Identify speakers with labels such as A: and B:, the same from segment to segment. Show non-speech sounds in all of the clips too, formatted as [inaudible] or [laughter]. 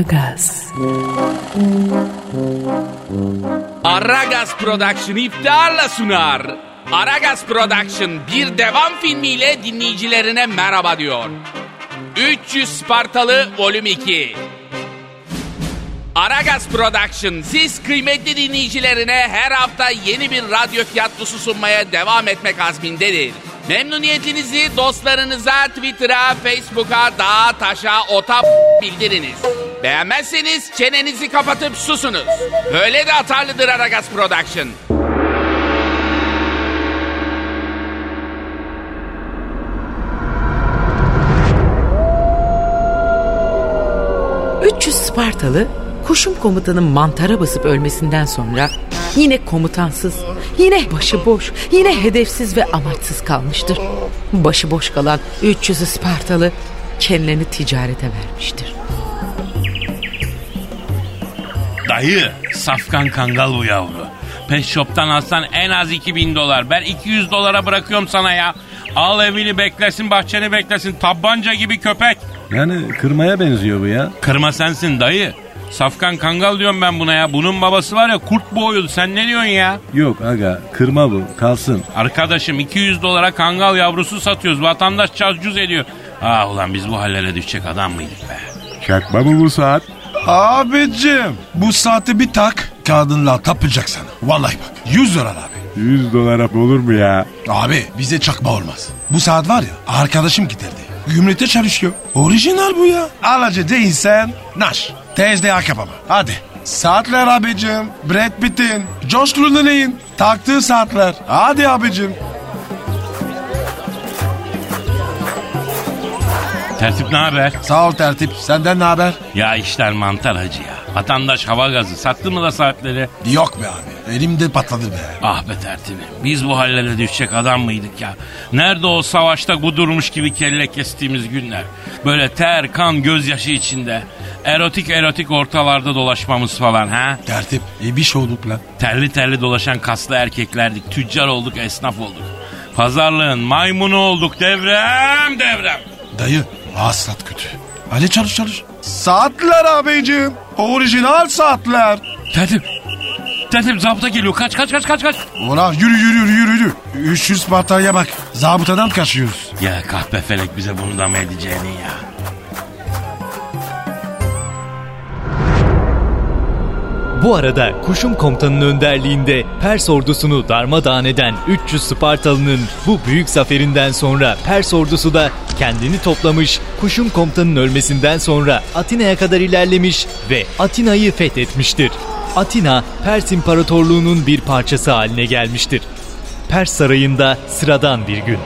A: Aragaz,
B: Aragaz Production iftiharla sunar. Aragaz Production bir devam filmiyle dinleyicilerine merhaba diyor. 300 Spartalı Volüm 2 Aragaz Production siz kıymetli dinleyicilerine her hafta yeni bir radyo tiyatrosu sunmaya devam etmek azmindedir. Memnuniyetinizi dostlarınıza, Twitter'a, Facebook'a, dağa, taşa, ota bildiriniz. Beğenmezseniz çenenizi kapatıp susunuz. Böyle de atarlıdır Aragaz Production.
C: ...300 Spartalı koşum komutanın mantara basıp ölmesinden sonra yine komutansız, yine başıboş, yine hedefsiz ve amaçsız kalmıştır. Başıboş kalan 300 Spartalı kendilerini ticarete vermiştir.
D: Dayı, safkan kangal bu yavru. Pet Shop'tan alsan en az 2000 dolar. Ben 200 dolara bırakıyorum sana ya. Al evini beklesin, bahçeni beklesin. Tabanca gibi köpek.
E: Yani kırmaya benziyor bu ya.
D: Kırma sensin dayı. Safkan kangal diyorum ben buna ya. Bunun babası var ya kurt boğuyordu. Sen ne diyorsun ya?
E: Yok aga kırma bu kalsın.
D: Arkadaşım 200 dolara kangal yavrusu satıyoruz. Vatandaş cazcuz ediyor. Ah ulan biz bu hallere düşecek adam mıydık be?
F: Çakma mı bu saat? Abicim bu saati bir tak kadınla tapacak sana. Vallahi bak 100 lira abi.
E: 100 dolara olur mu ya?
F: Abi bize çakma olmaz. Bu saat var ya arkadaşım giderdi. Gümrükte çalışıyor. Orijinal bu ya. Alacı değilsen naş. Tezde hak yapama. Hadi. Saatler abicim. Brad Pitt'in. Josh Clooney'in. Taktığı saatler. Hadi abicim.
D: Tertip ne haber?
F: Sağ ol tertip. Senden ne haber?
D: Ya işler mantar hacı ya. Vatandaş hava gazı sattı mı da sahipleri?
F: Yok be abi. Elimde patladı be.
D: Ah be tertibi. Biz bu hallere düşecek adam mıydık ya? Nerede o savaşta gudurmuş gibi kelle kestiğimiz günler? Böyle ter, kan, gözyaşı içinde. Erotik erotik ortalarda dolaşmamız falan ha?
F: Tertip. E bir şey olduk lan.
D: Terli terli dolaşan kaslı erkeklerdik. Tüccar olduk, esnaf olduk. Pazarlığın maymunu olduk devrem devrem.
F: Dayı hasılat kötü. Hadi çalış çalış. Saatler abicim. Orijinal saatler.
D: Tertip. Tertip zapta geliyor. Kaç kaç kaç kaç kaç.
F: Ulan yürü yürü yürü yürü. yürü. 300 Spartalı'ya bak. Zabıtadan kaçıyoruz.
D: Ya kahpe felek bize bunu da mı edeceğini ya?
G: Bu arada Kuşum Komutanı'nın önderliğinde Pers ordusunu darmadağın eden 300 Spartalı'nın bu büyük zaferinden sonra Pers ordusu da kendini toplamış, Kuşum Komutanı'nın ölmesinden sonra Atina'ya kadar ilerlemiş ve Atina'yı fethetmiştir. Atina, Pers İmparatorluğu'nun bir parçası haline gelmiştir. Pers Sarayı'nda sıradan bir gün.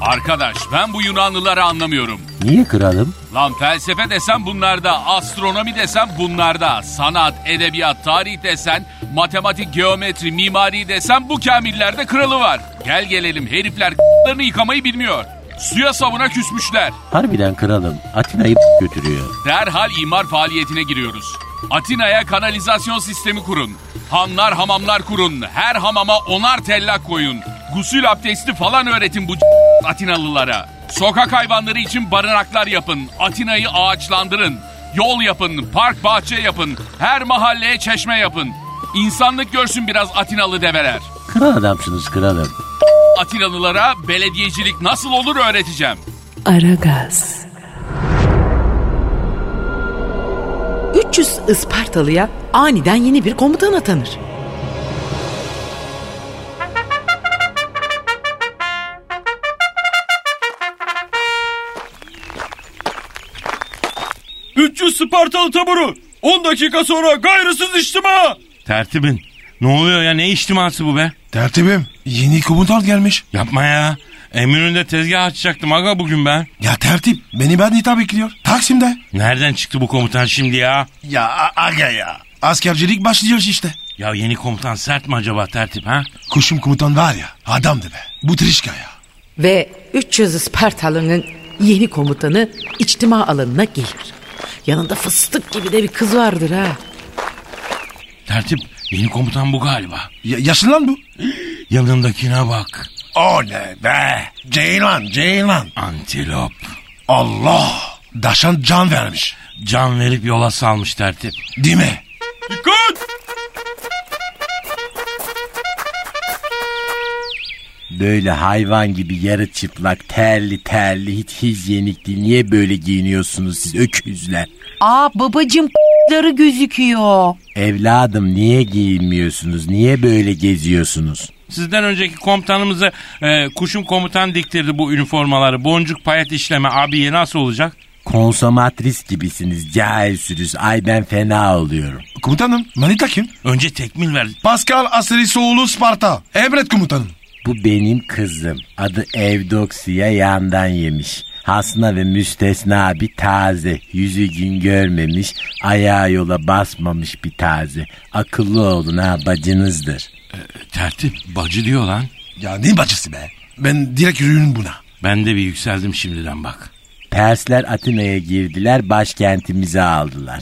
B: Arkadaş ben bu Yunanlıları anlamıyorum.
E: Niye kıralım?
B: Lan felsefe desen bunlarda, astronomi desen bunlarda, sanat, edebiyat, tarih desen, matematik, geometri, mimari desen bu kamillerde kralı var. Gel gelelim herifler k***larını yıkamayı bilmiyor. Suya sabuna küsmüşler.
H: Harbiden kralım. Atina'yı götürüyor.
B: Derhal imar faaliyetine giriyoruz. Atina'ya kanalizasyon sistemi kurun. Hanlar hamamlar kurun. Her hamama onar tellak koyun. Gusül abdesti falan öğretin bu c- Atinalılara. Sokak hayvanları için barınaklar yapın. Atina'yı ağaçlandırın. Yol yapın, park bahçe yapın. Her mahalleye çeşme yapın. İnsanlık görsün biraz Atinalı develer.
H: Kral adamsınız kralım.
B: Atinalılara belediyecilik nasıl olur öğreteceğim.
A: Aragaz,
C: 300 Ispartalı'ya aniden yeni bir komutan atanır.
D: Tertibin. Ne oluyor ya? Ne içtiması bu be?
F: Tertibim. Yeni komutan gelmiş.
D: Yapma ya. Eminönü'nde tezgah açacaktım aga bugün ben.
F: Ya tertip. Beni ben hitap bekliyor. Taksim'de.
D: Nereden çıktı bu komutan şimdi ya?
F: Ya a- aga ya. Askercilik başlıyor işte.
D: Ya yeni komutan sert mi acaba tertip ha?
F: Kuşum komutan var ya. Adamdı be. Bu trişka ya.
C: Ve 300 Spartalı'nın yeni komutanı içtima alanına gelir. Yanında fıstık gibi de bir kız vardır ha.
D: Tertip yeni komutan bu galiba.
F: ya yaşlı lan bu.
D: Yanındakine bak.
F: Oley be. Ceylan, Ceylan.
D: Antilop.
F: Allah. Daşan can vermiş.
D: Can verip yola salmış tertip.
F: Değil mi?
H: Böyle hayvan gibi yarı çıplak, terli terli, hiç hijyenik değil. Niye böyle giyiniyorsunuz siz öküzler?
I: Aa babacım [laughs] ları gözüküyor.
H: Evladım niye giyinmiyorsunuz? Niye böyle geziyorsunuz?
D: Sizden önceki komutanımıza e, kuşum komutan diktirdi bu üniformaları. Boncuk payet işleme abiye nasıl olacak?
H: Konsomatris gibisiniz, cahil sürüs. Ay ben fena oluyorum.
F: Komutanım, manita kim?
D: Önce tekmil ver.
F: Pascal Aserisoğlu Sparta. Emret komutanım.
H: Bu benim kızım. Adı Evdoksiya yandan yemiş. Hasna ve müstesna bir taze. Yüzü gün görmemiş, ayağı yola basmamış bir taze. Akıllı olun ha bacınızdır.
D: Tertip bacı diyor lan.
F: Ya ne bacısı be? Ben direkt yürüyün buna.
D: Ben de bir yükseldim şimdiden bak.
H: Persler Atina'ya girdiler, başkentimizi aldılar.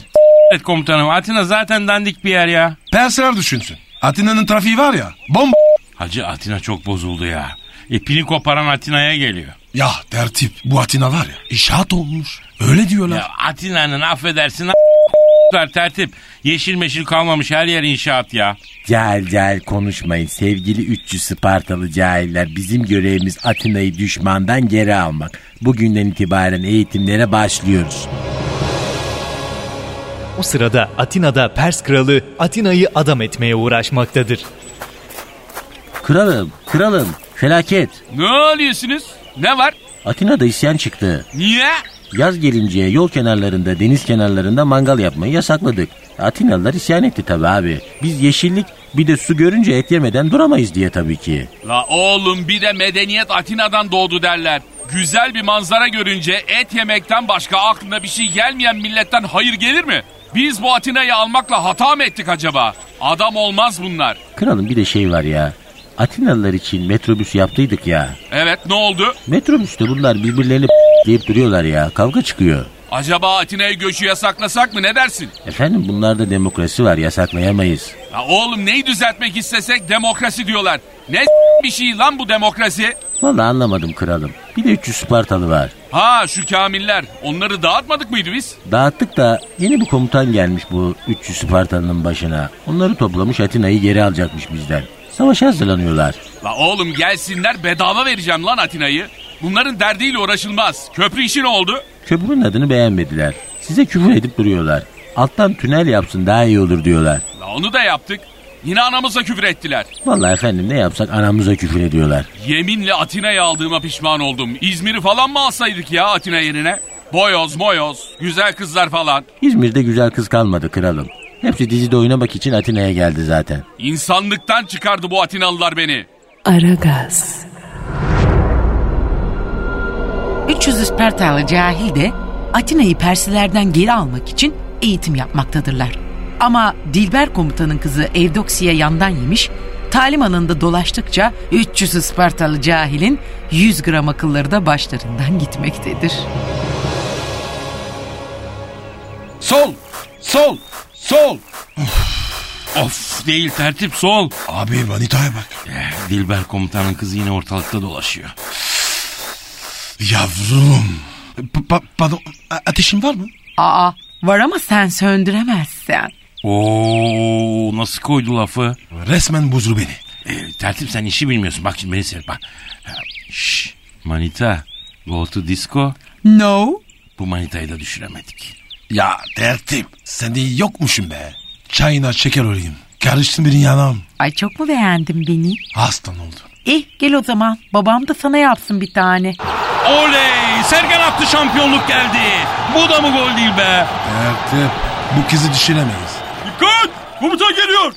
D: Evet komutanım Atina zaten dandik bir yer ya.
F: Persler düşünsün. Atina'nın trafiği var ya. Bomba.
D: Hacı Atina çok bozuldu ya. İpini koparan Atina'ya geliyor.
F: Ya tertip. Bu Atina var ya. İnşaat olmuş. Öyle diyorlar.
D: Ya Atina'nın affedersin a**lar tertip. Yeşil meşil kalmamış her yer inşaat ya.
H: Cahil cahil konuşmayın sevgili 300 Spartalı cahiller. Bizim görevimiz Atina'yı düşmandan geri almak. Bugünden itibaren eğitimlere başlıyoruz.
G: O sırada Atina'da Pers kralı Atina'yı adam etmeye uğraşmaktadır.
H: Kralım, kralım, felaket.
B: Ne oluyorsunuz? Ne var?
H: Atina'da isyan çıktı.
B: Niye?
H: Yaz gelince yol kenarlarında, deniz kenarlarında mangal yapmayı yasakladık. Atinalılar isyan etti tabii abi. Biz yeşillik bir de su görünce et yemeden duramayız diye tabii ki.
B: La oğlum bir de medeniyet Atina'dan doğdu derler. Güzel bir manzara görünce et yemekten başka aklına bir şey gelmeyen milletten hayır gelir mi? Biz bu Atina'yı almakla hata mı ettik acaba? Adam olmaz bunlar.
H: Kralım bir de şey var ya. Atinalılar için metrobüs yaptıydık ya.
B: Evet ne oldu?
H: Metrobüste bunlar birbirlerini deyip duruyorlar ya. Kavga çıkıyor.
B: Acaba Atina'ya göçü yasaklasak mı ne dersin?
H: Efendim bunlarda demokrasi var yasaklayamayız.
B: La oğlum neyi düzeltmek istesek demokrasi diyorlar. Ne s- bir şey lan bu demokrasi?
H: Vallahi anlamadım kralım. Bir de 300 Spartalı var.
B: Ha şu kamiller onları dağıtmadık mıydı biz?
H: Dağıttık da yeni bir komutan gelmiş bu 300 Spartalı'nın başına. Onları toplamış Atina'yı geri alacakmış bizden. Savaşa hazırlanıyorlar.
B: La oğlum gelsinler bedava vereceğim lan Atina'yı. Bunların derdiyle uğraşılmaz. Köprü işi ne oldu?
H: Köprünün adını beğenmediler. Size küfür edip duruyorlar. Alttan tünel yapsın daha iyi olur diyorlar.
B: La onu da yaptık. Yine anamıza küfür ettiler.
H: Vallahi efendim ne yapsak anamıza küfür ediyorlar.
B: Yeminle Atina'yı aldığıma pişman oldum. İzmir'i falan mı alsaydık ya Atina yerine? Boyoz moyoz, güzel kızlar falan.
H: İzmir'de güzel kız kalmadı kralım. Hepsi dizide oynamak için Atina'ya geldi zaten.
B: İnsanlıktan çıkardı bu Atinalılar beni.
A: Aragaz.
I: 300 Ispartalı cahil de Atina'yı Persilerden geri almak için eğitim yapmaktadırlar. Ama Dilber komutanın kızı Evdoksiye yandan yemiş, talim alanında dolaştıkça 300 Ispartalı cahilin 100 gram akılları da başlarından gitmektedir.
F: Sol. Sol. Sol.
D: Of değil tertip sol.
F: Abi manitaya bak.
D: Eh, Dilber komutanın kızı yine ortalıkta dolaşıyor.
F: Yavrum. Pa- pa- pardon. a- ateşin var mı?
I: Aa, var ama sen söndüremezsen.
D: Oo nasıl koydu lafı?
F: Resmen bozdu beni.
D: E, tertip sen işi bilmiyorsun. Bak şimdi beni seyret bak. Ha, Şş, manita. Go to disco.
I: No.
D: Bu manitayı da düşüremedik.
F: Ya tertip. Sende yokmuşum be. Çayına şeker olayım. Karıştın bir yanağım.
I: Ay çok mu beğendin beni?
F: Hastan oldu.
I: Eh gel o zaman babam da sana yapsın bir tane.
D: Oley! Sergen attı şampiyonluk geldi. Bu da mı gol değil be?
F: Tertip. Bu kızı düşüremeyiz.
D: Dikkat! Komutan geliyor.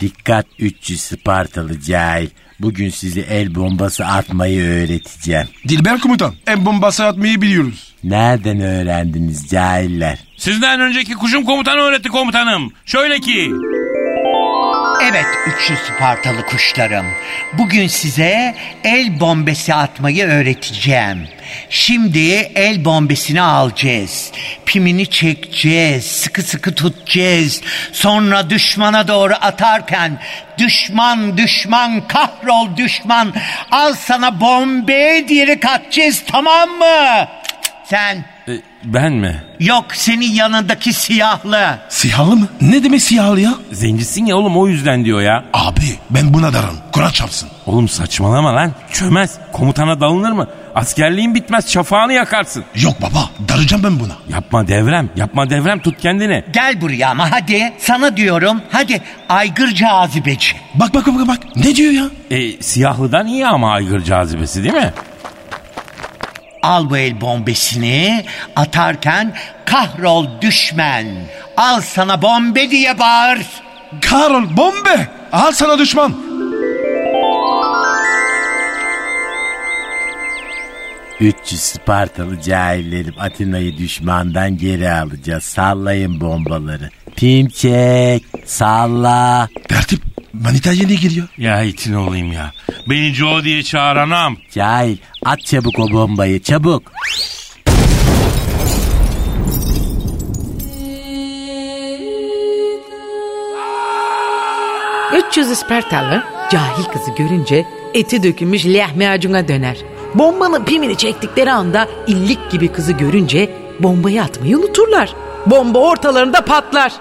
H: Dikkat 300 Spartalı cahil. Bugün size el bombası atmayı öğreteceğim.
F: Dilber komutan. En bombası atmayı biliyoruz.
H: Nereden öğrendiniz cahiller?
D: Sizden önceki kuşum komutanı öğretti komutanım. Şöyle ki...
J: Evet 300 Spartalı kuşlarım. Bugün size el bombesi atmayı öğreteceğim. Şimdi el bombesini alacağız. Pimini çekeceğiz. Sıkı sıkı tutacağız. Sonra düşmana doğru atarken düşman düşman kahrol düşman al sana bombe diyerek atacağız tamam mı? Sen
D: Eh, Ben mi?
J: yok senin yanındaki siyahlı.
F: Siyahlı mı? Ne demek siyahlı ya?
D: Zencisin ya oğlum o yüzden diyor ya.
F: Abi ben buna darım. Kura çapsın.
D: Oğlum saçmalama lan. Çömez. Komutana dalınır mı? Askerliğin bitmez. Şafağını yakarsın.
F: Yok baba daracağım ben buna.
D: Yapma devrem. Yapma devrem. Tut kendini.
J: Gel buraya ama hadi sana diyorum hadi aygır cazibeci.
F: Bak bak bak bak. Ne diyor ya?
D: E, siyahlıdan iyi ama aygır cazibesi değil mi?
J: Al bu el bombesini atarken kahrol düşmen. Al sana bombe diye bağır.
F: Karol bombe. Al sana düşman.
H: 300 Spartalı cahillerim Atina'yı düşmandan geri alacağız. Sallayın bombaları. Pimçek salla.
F: Tertip manitaya ne giriyor?
D: Ya itin olayım ya. Beni Joe diye çağıranam.
H: Cahil at çabuk o bombayı çabuk.
C: Üç yüz Ispartalı cahil kızı görünce eti dökülmüş lahmacuna döner. Bombanın pimini çektikleri anda illik gibi kızı görünce bombayı atmayı unuturlar. Bomba ortalarında patlar.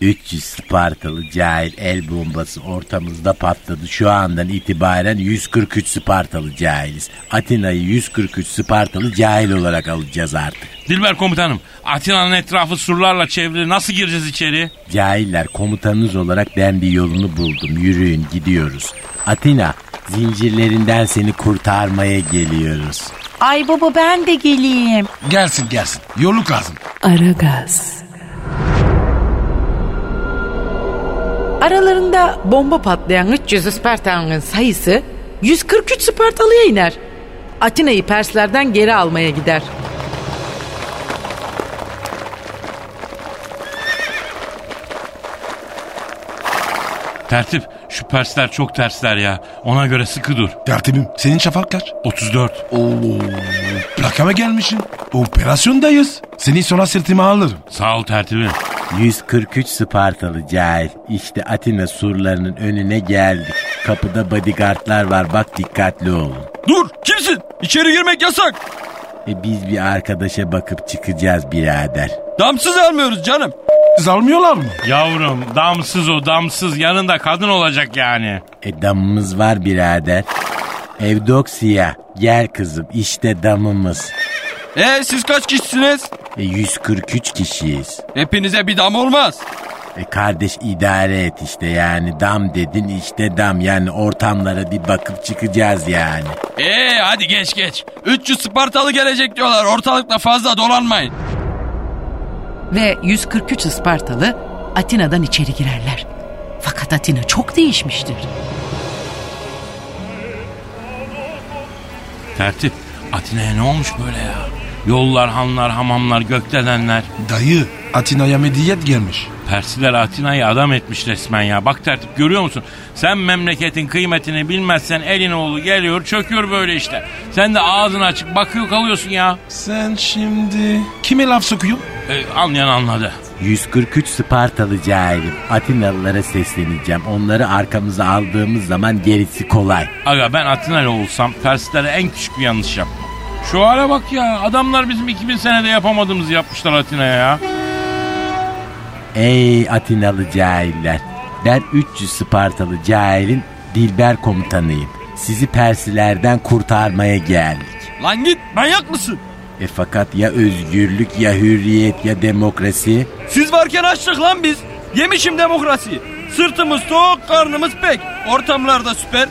H: ...300 Spartalı cahil el bombası ortamızda patladı. Şu andan itibaren 143 Spartalı cahiliz. Atina'yı 143 Spartalı cahil olarak alacağız artık.
D: Dilber komutanım. Atina'nın etrafı surlarla çevrili. Nasıl gireceğiz içeri?
H: Cahiller komutanınız olarak ben bir yolunu buldum. Yürüyün gidiyoruz. Atina zincirlerinden seni kurtarmaya geliyoruz.
K: Ay baba ben de geleyim.
F: Gelsin gelsin. Yolluk lazım.
A: Aragaz,
C: Aralarında bomba patlayan 300 Ispartalı'nın sayısı 143 Spartalı'ya iner. Atina'yı Perslerden geri almaya gider.
D: Tertip. Şu Persler çok tersler ya. Ona göre sıkı dur.
F: Tertibim senin şafak kaç?
D: 34.
F: Oo, plakama gelmişsin. Operasyondayız. Seni sonra sırtıma alırım.
D: Sağ ol tertibim.
H: 143 Spartalı cahil. İşte Atina surlarının önüne geldik. Kapıda bodyguardlar var bak dikkatli olun.
D: Dur. Kimsin? İçeri girmek yasak.
H: E biz bir arkadaşa bakıp çıkacağız birader.
D: Damsız almıyoruz canım.
F: Siz almıyorlar mı?
D: Yavrum damsız o damsız yanında kadın olacak yani.
H: E damımız var birader. Evdoksiya gel kızım işte damımız.
B: E siz kaç kişisiniz?
H: E 143 kişiyiz.
B: Hepinize bir dam olmaz.
H: E kardeş idare et işte yani dam dedin işte dam yani ortamlara bir bakıp çıkacağız yani.
B: E hadi geç geç. 300 Spartalı gelecek diyorlar. Ortalıkta fazla dolanmayın.
I: Ve 143 Ispartalı Atina'dan içeri girerler. Fakat Atina çok değişmiştir.
D: Tertip Atina'ya ne olmuş böyle ya? Yollar, hanlar, hamamlar, gökdelenler.
F: Dayı Atina'ya medyet gelmiş.
D: Persiler Atina'yı adam etmiş resmen ya. Bak tertip görüyor musun? Sen memleketin kıymetini bilmezsen elin oğlu geliyor çöküyor böyle işte. Sen de ağzını açık bakıyor kalıyorsun ya.
F: Sen şimdi kime laf sokuyorsun?
D: E, anlayan anladı.
H: 143 Spartalı cahilim. Atinalılara sesleneceğim. Onları arkamıza aldığımız zaman gerisi kolay.
D: Aga ben Atinalı olsam Perslere en küçük bir yanlış yapmam. Şu hale bak ya adamlar bizim 2000 senede yapamadığımızı yapmışlar Atina'ya ya.
H: Ey Atinalı cahiller. Ben 300 Spartalı cahilin Dilber komutanıyım. Sizi Persilerden kurtarmaya geldik.
B: Lan git manyak mısın?
H: E fakat ya özgürlük ya hürriyet ya demokrasi?
B: Siz varken açtık lan biz. Yemişim demokrasiyi. Sırtımız soğuk, karnımız pek. Ortamlarda süper.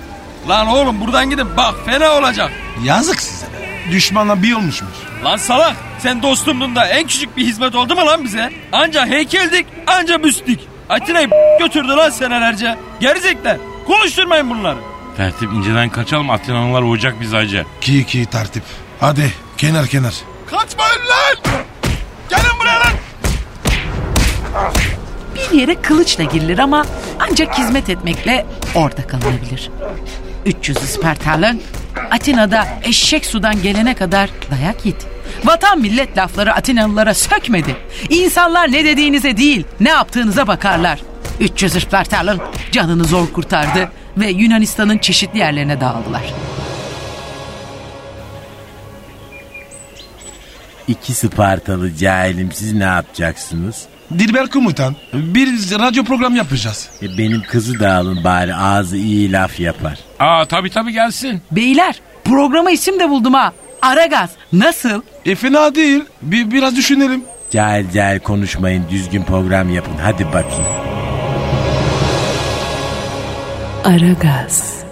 B: Lan oğlum buradan gidin bak fena olacak.
F: Yazık size be. Düşmanla bir olmuşmuş.
B: Lan salak sen dostumdun da en küçük bir hizmet oldu mu lan bize? Anca heykeldik anca büstük. Atina'yı götürdü lan senelerce. Gerizekler konuşturmayın bunları.
D: Tertip inceden kaçalım Atinalılar olacak biz acı.
F: Ki ki tertip. Hadi kenar kenar.
B: Kaçmayın lan. Gelin buraya lan.
I: Bir yere kılıçla girilir ama Ancak hizmet etmekle orada kalınabilir. 300 Spartalı Atina'da eşek sudan gelene kadar dayak yedi. Vatan millet lafları Atinalılara sökmedi. İnsanlar ne dediğinize değil ne yaptığınıza bakarlar. 300 Spartalı canını zor kurtardı ve Yunanistan'ın çeşitli yerlerine dağıldılar.
H: 2 Spartalı cahilim siz ne yapacaksınız?
F: Dilber komutan bir radyo programı yapacağız.
H: E, benim kızı da alın bari ağzı iyi laf yapar.
D: Aa tabii tabii gelsin.
I: Beyler programa isim de buldum ha. Aragaz nasıl?
F: E fena değil. Bir, biraz düşünelim.
H: Cahil cahil konuşmayın düzgün program yapın hadi bakayım.
A: Aragaz.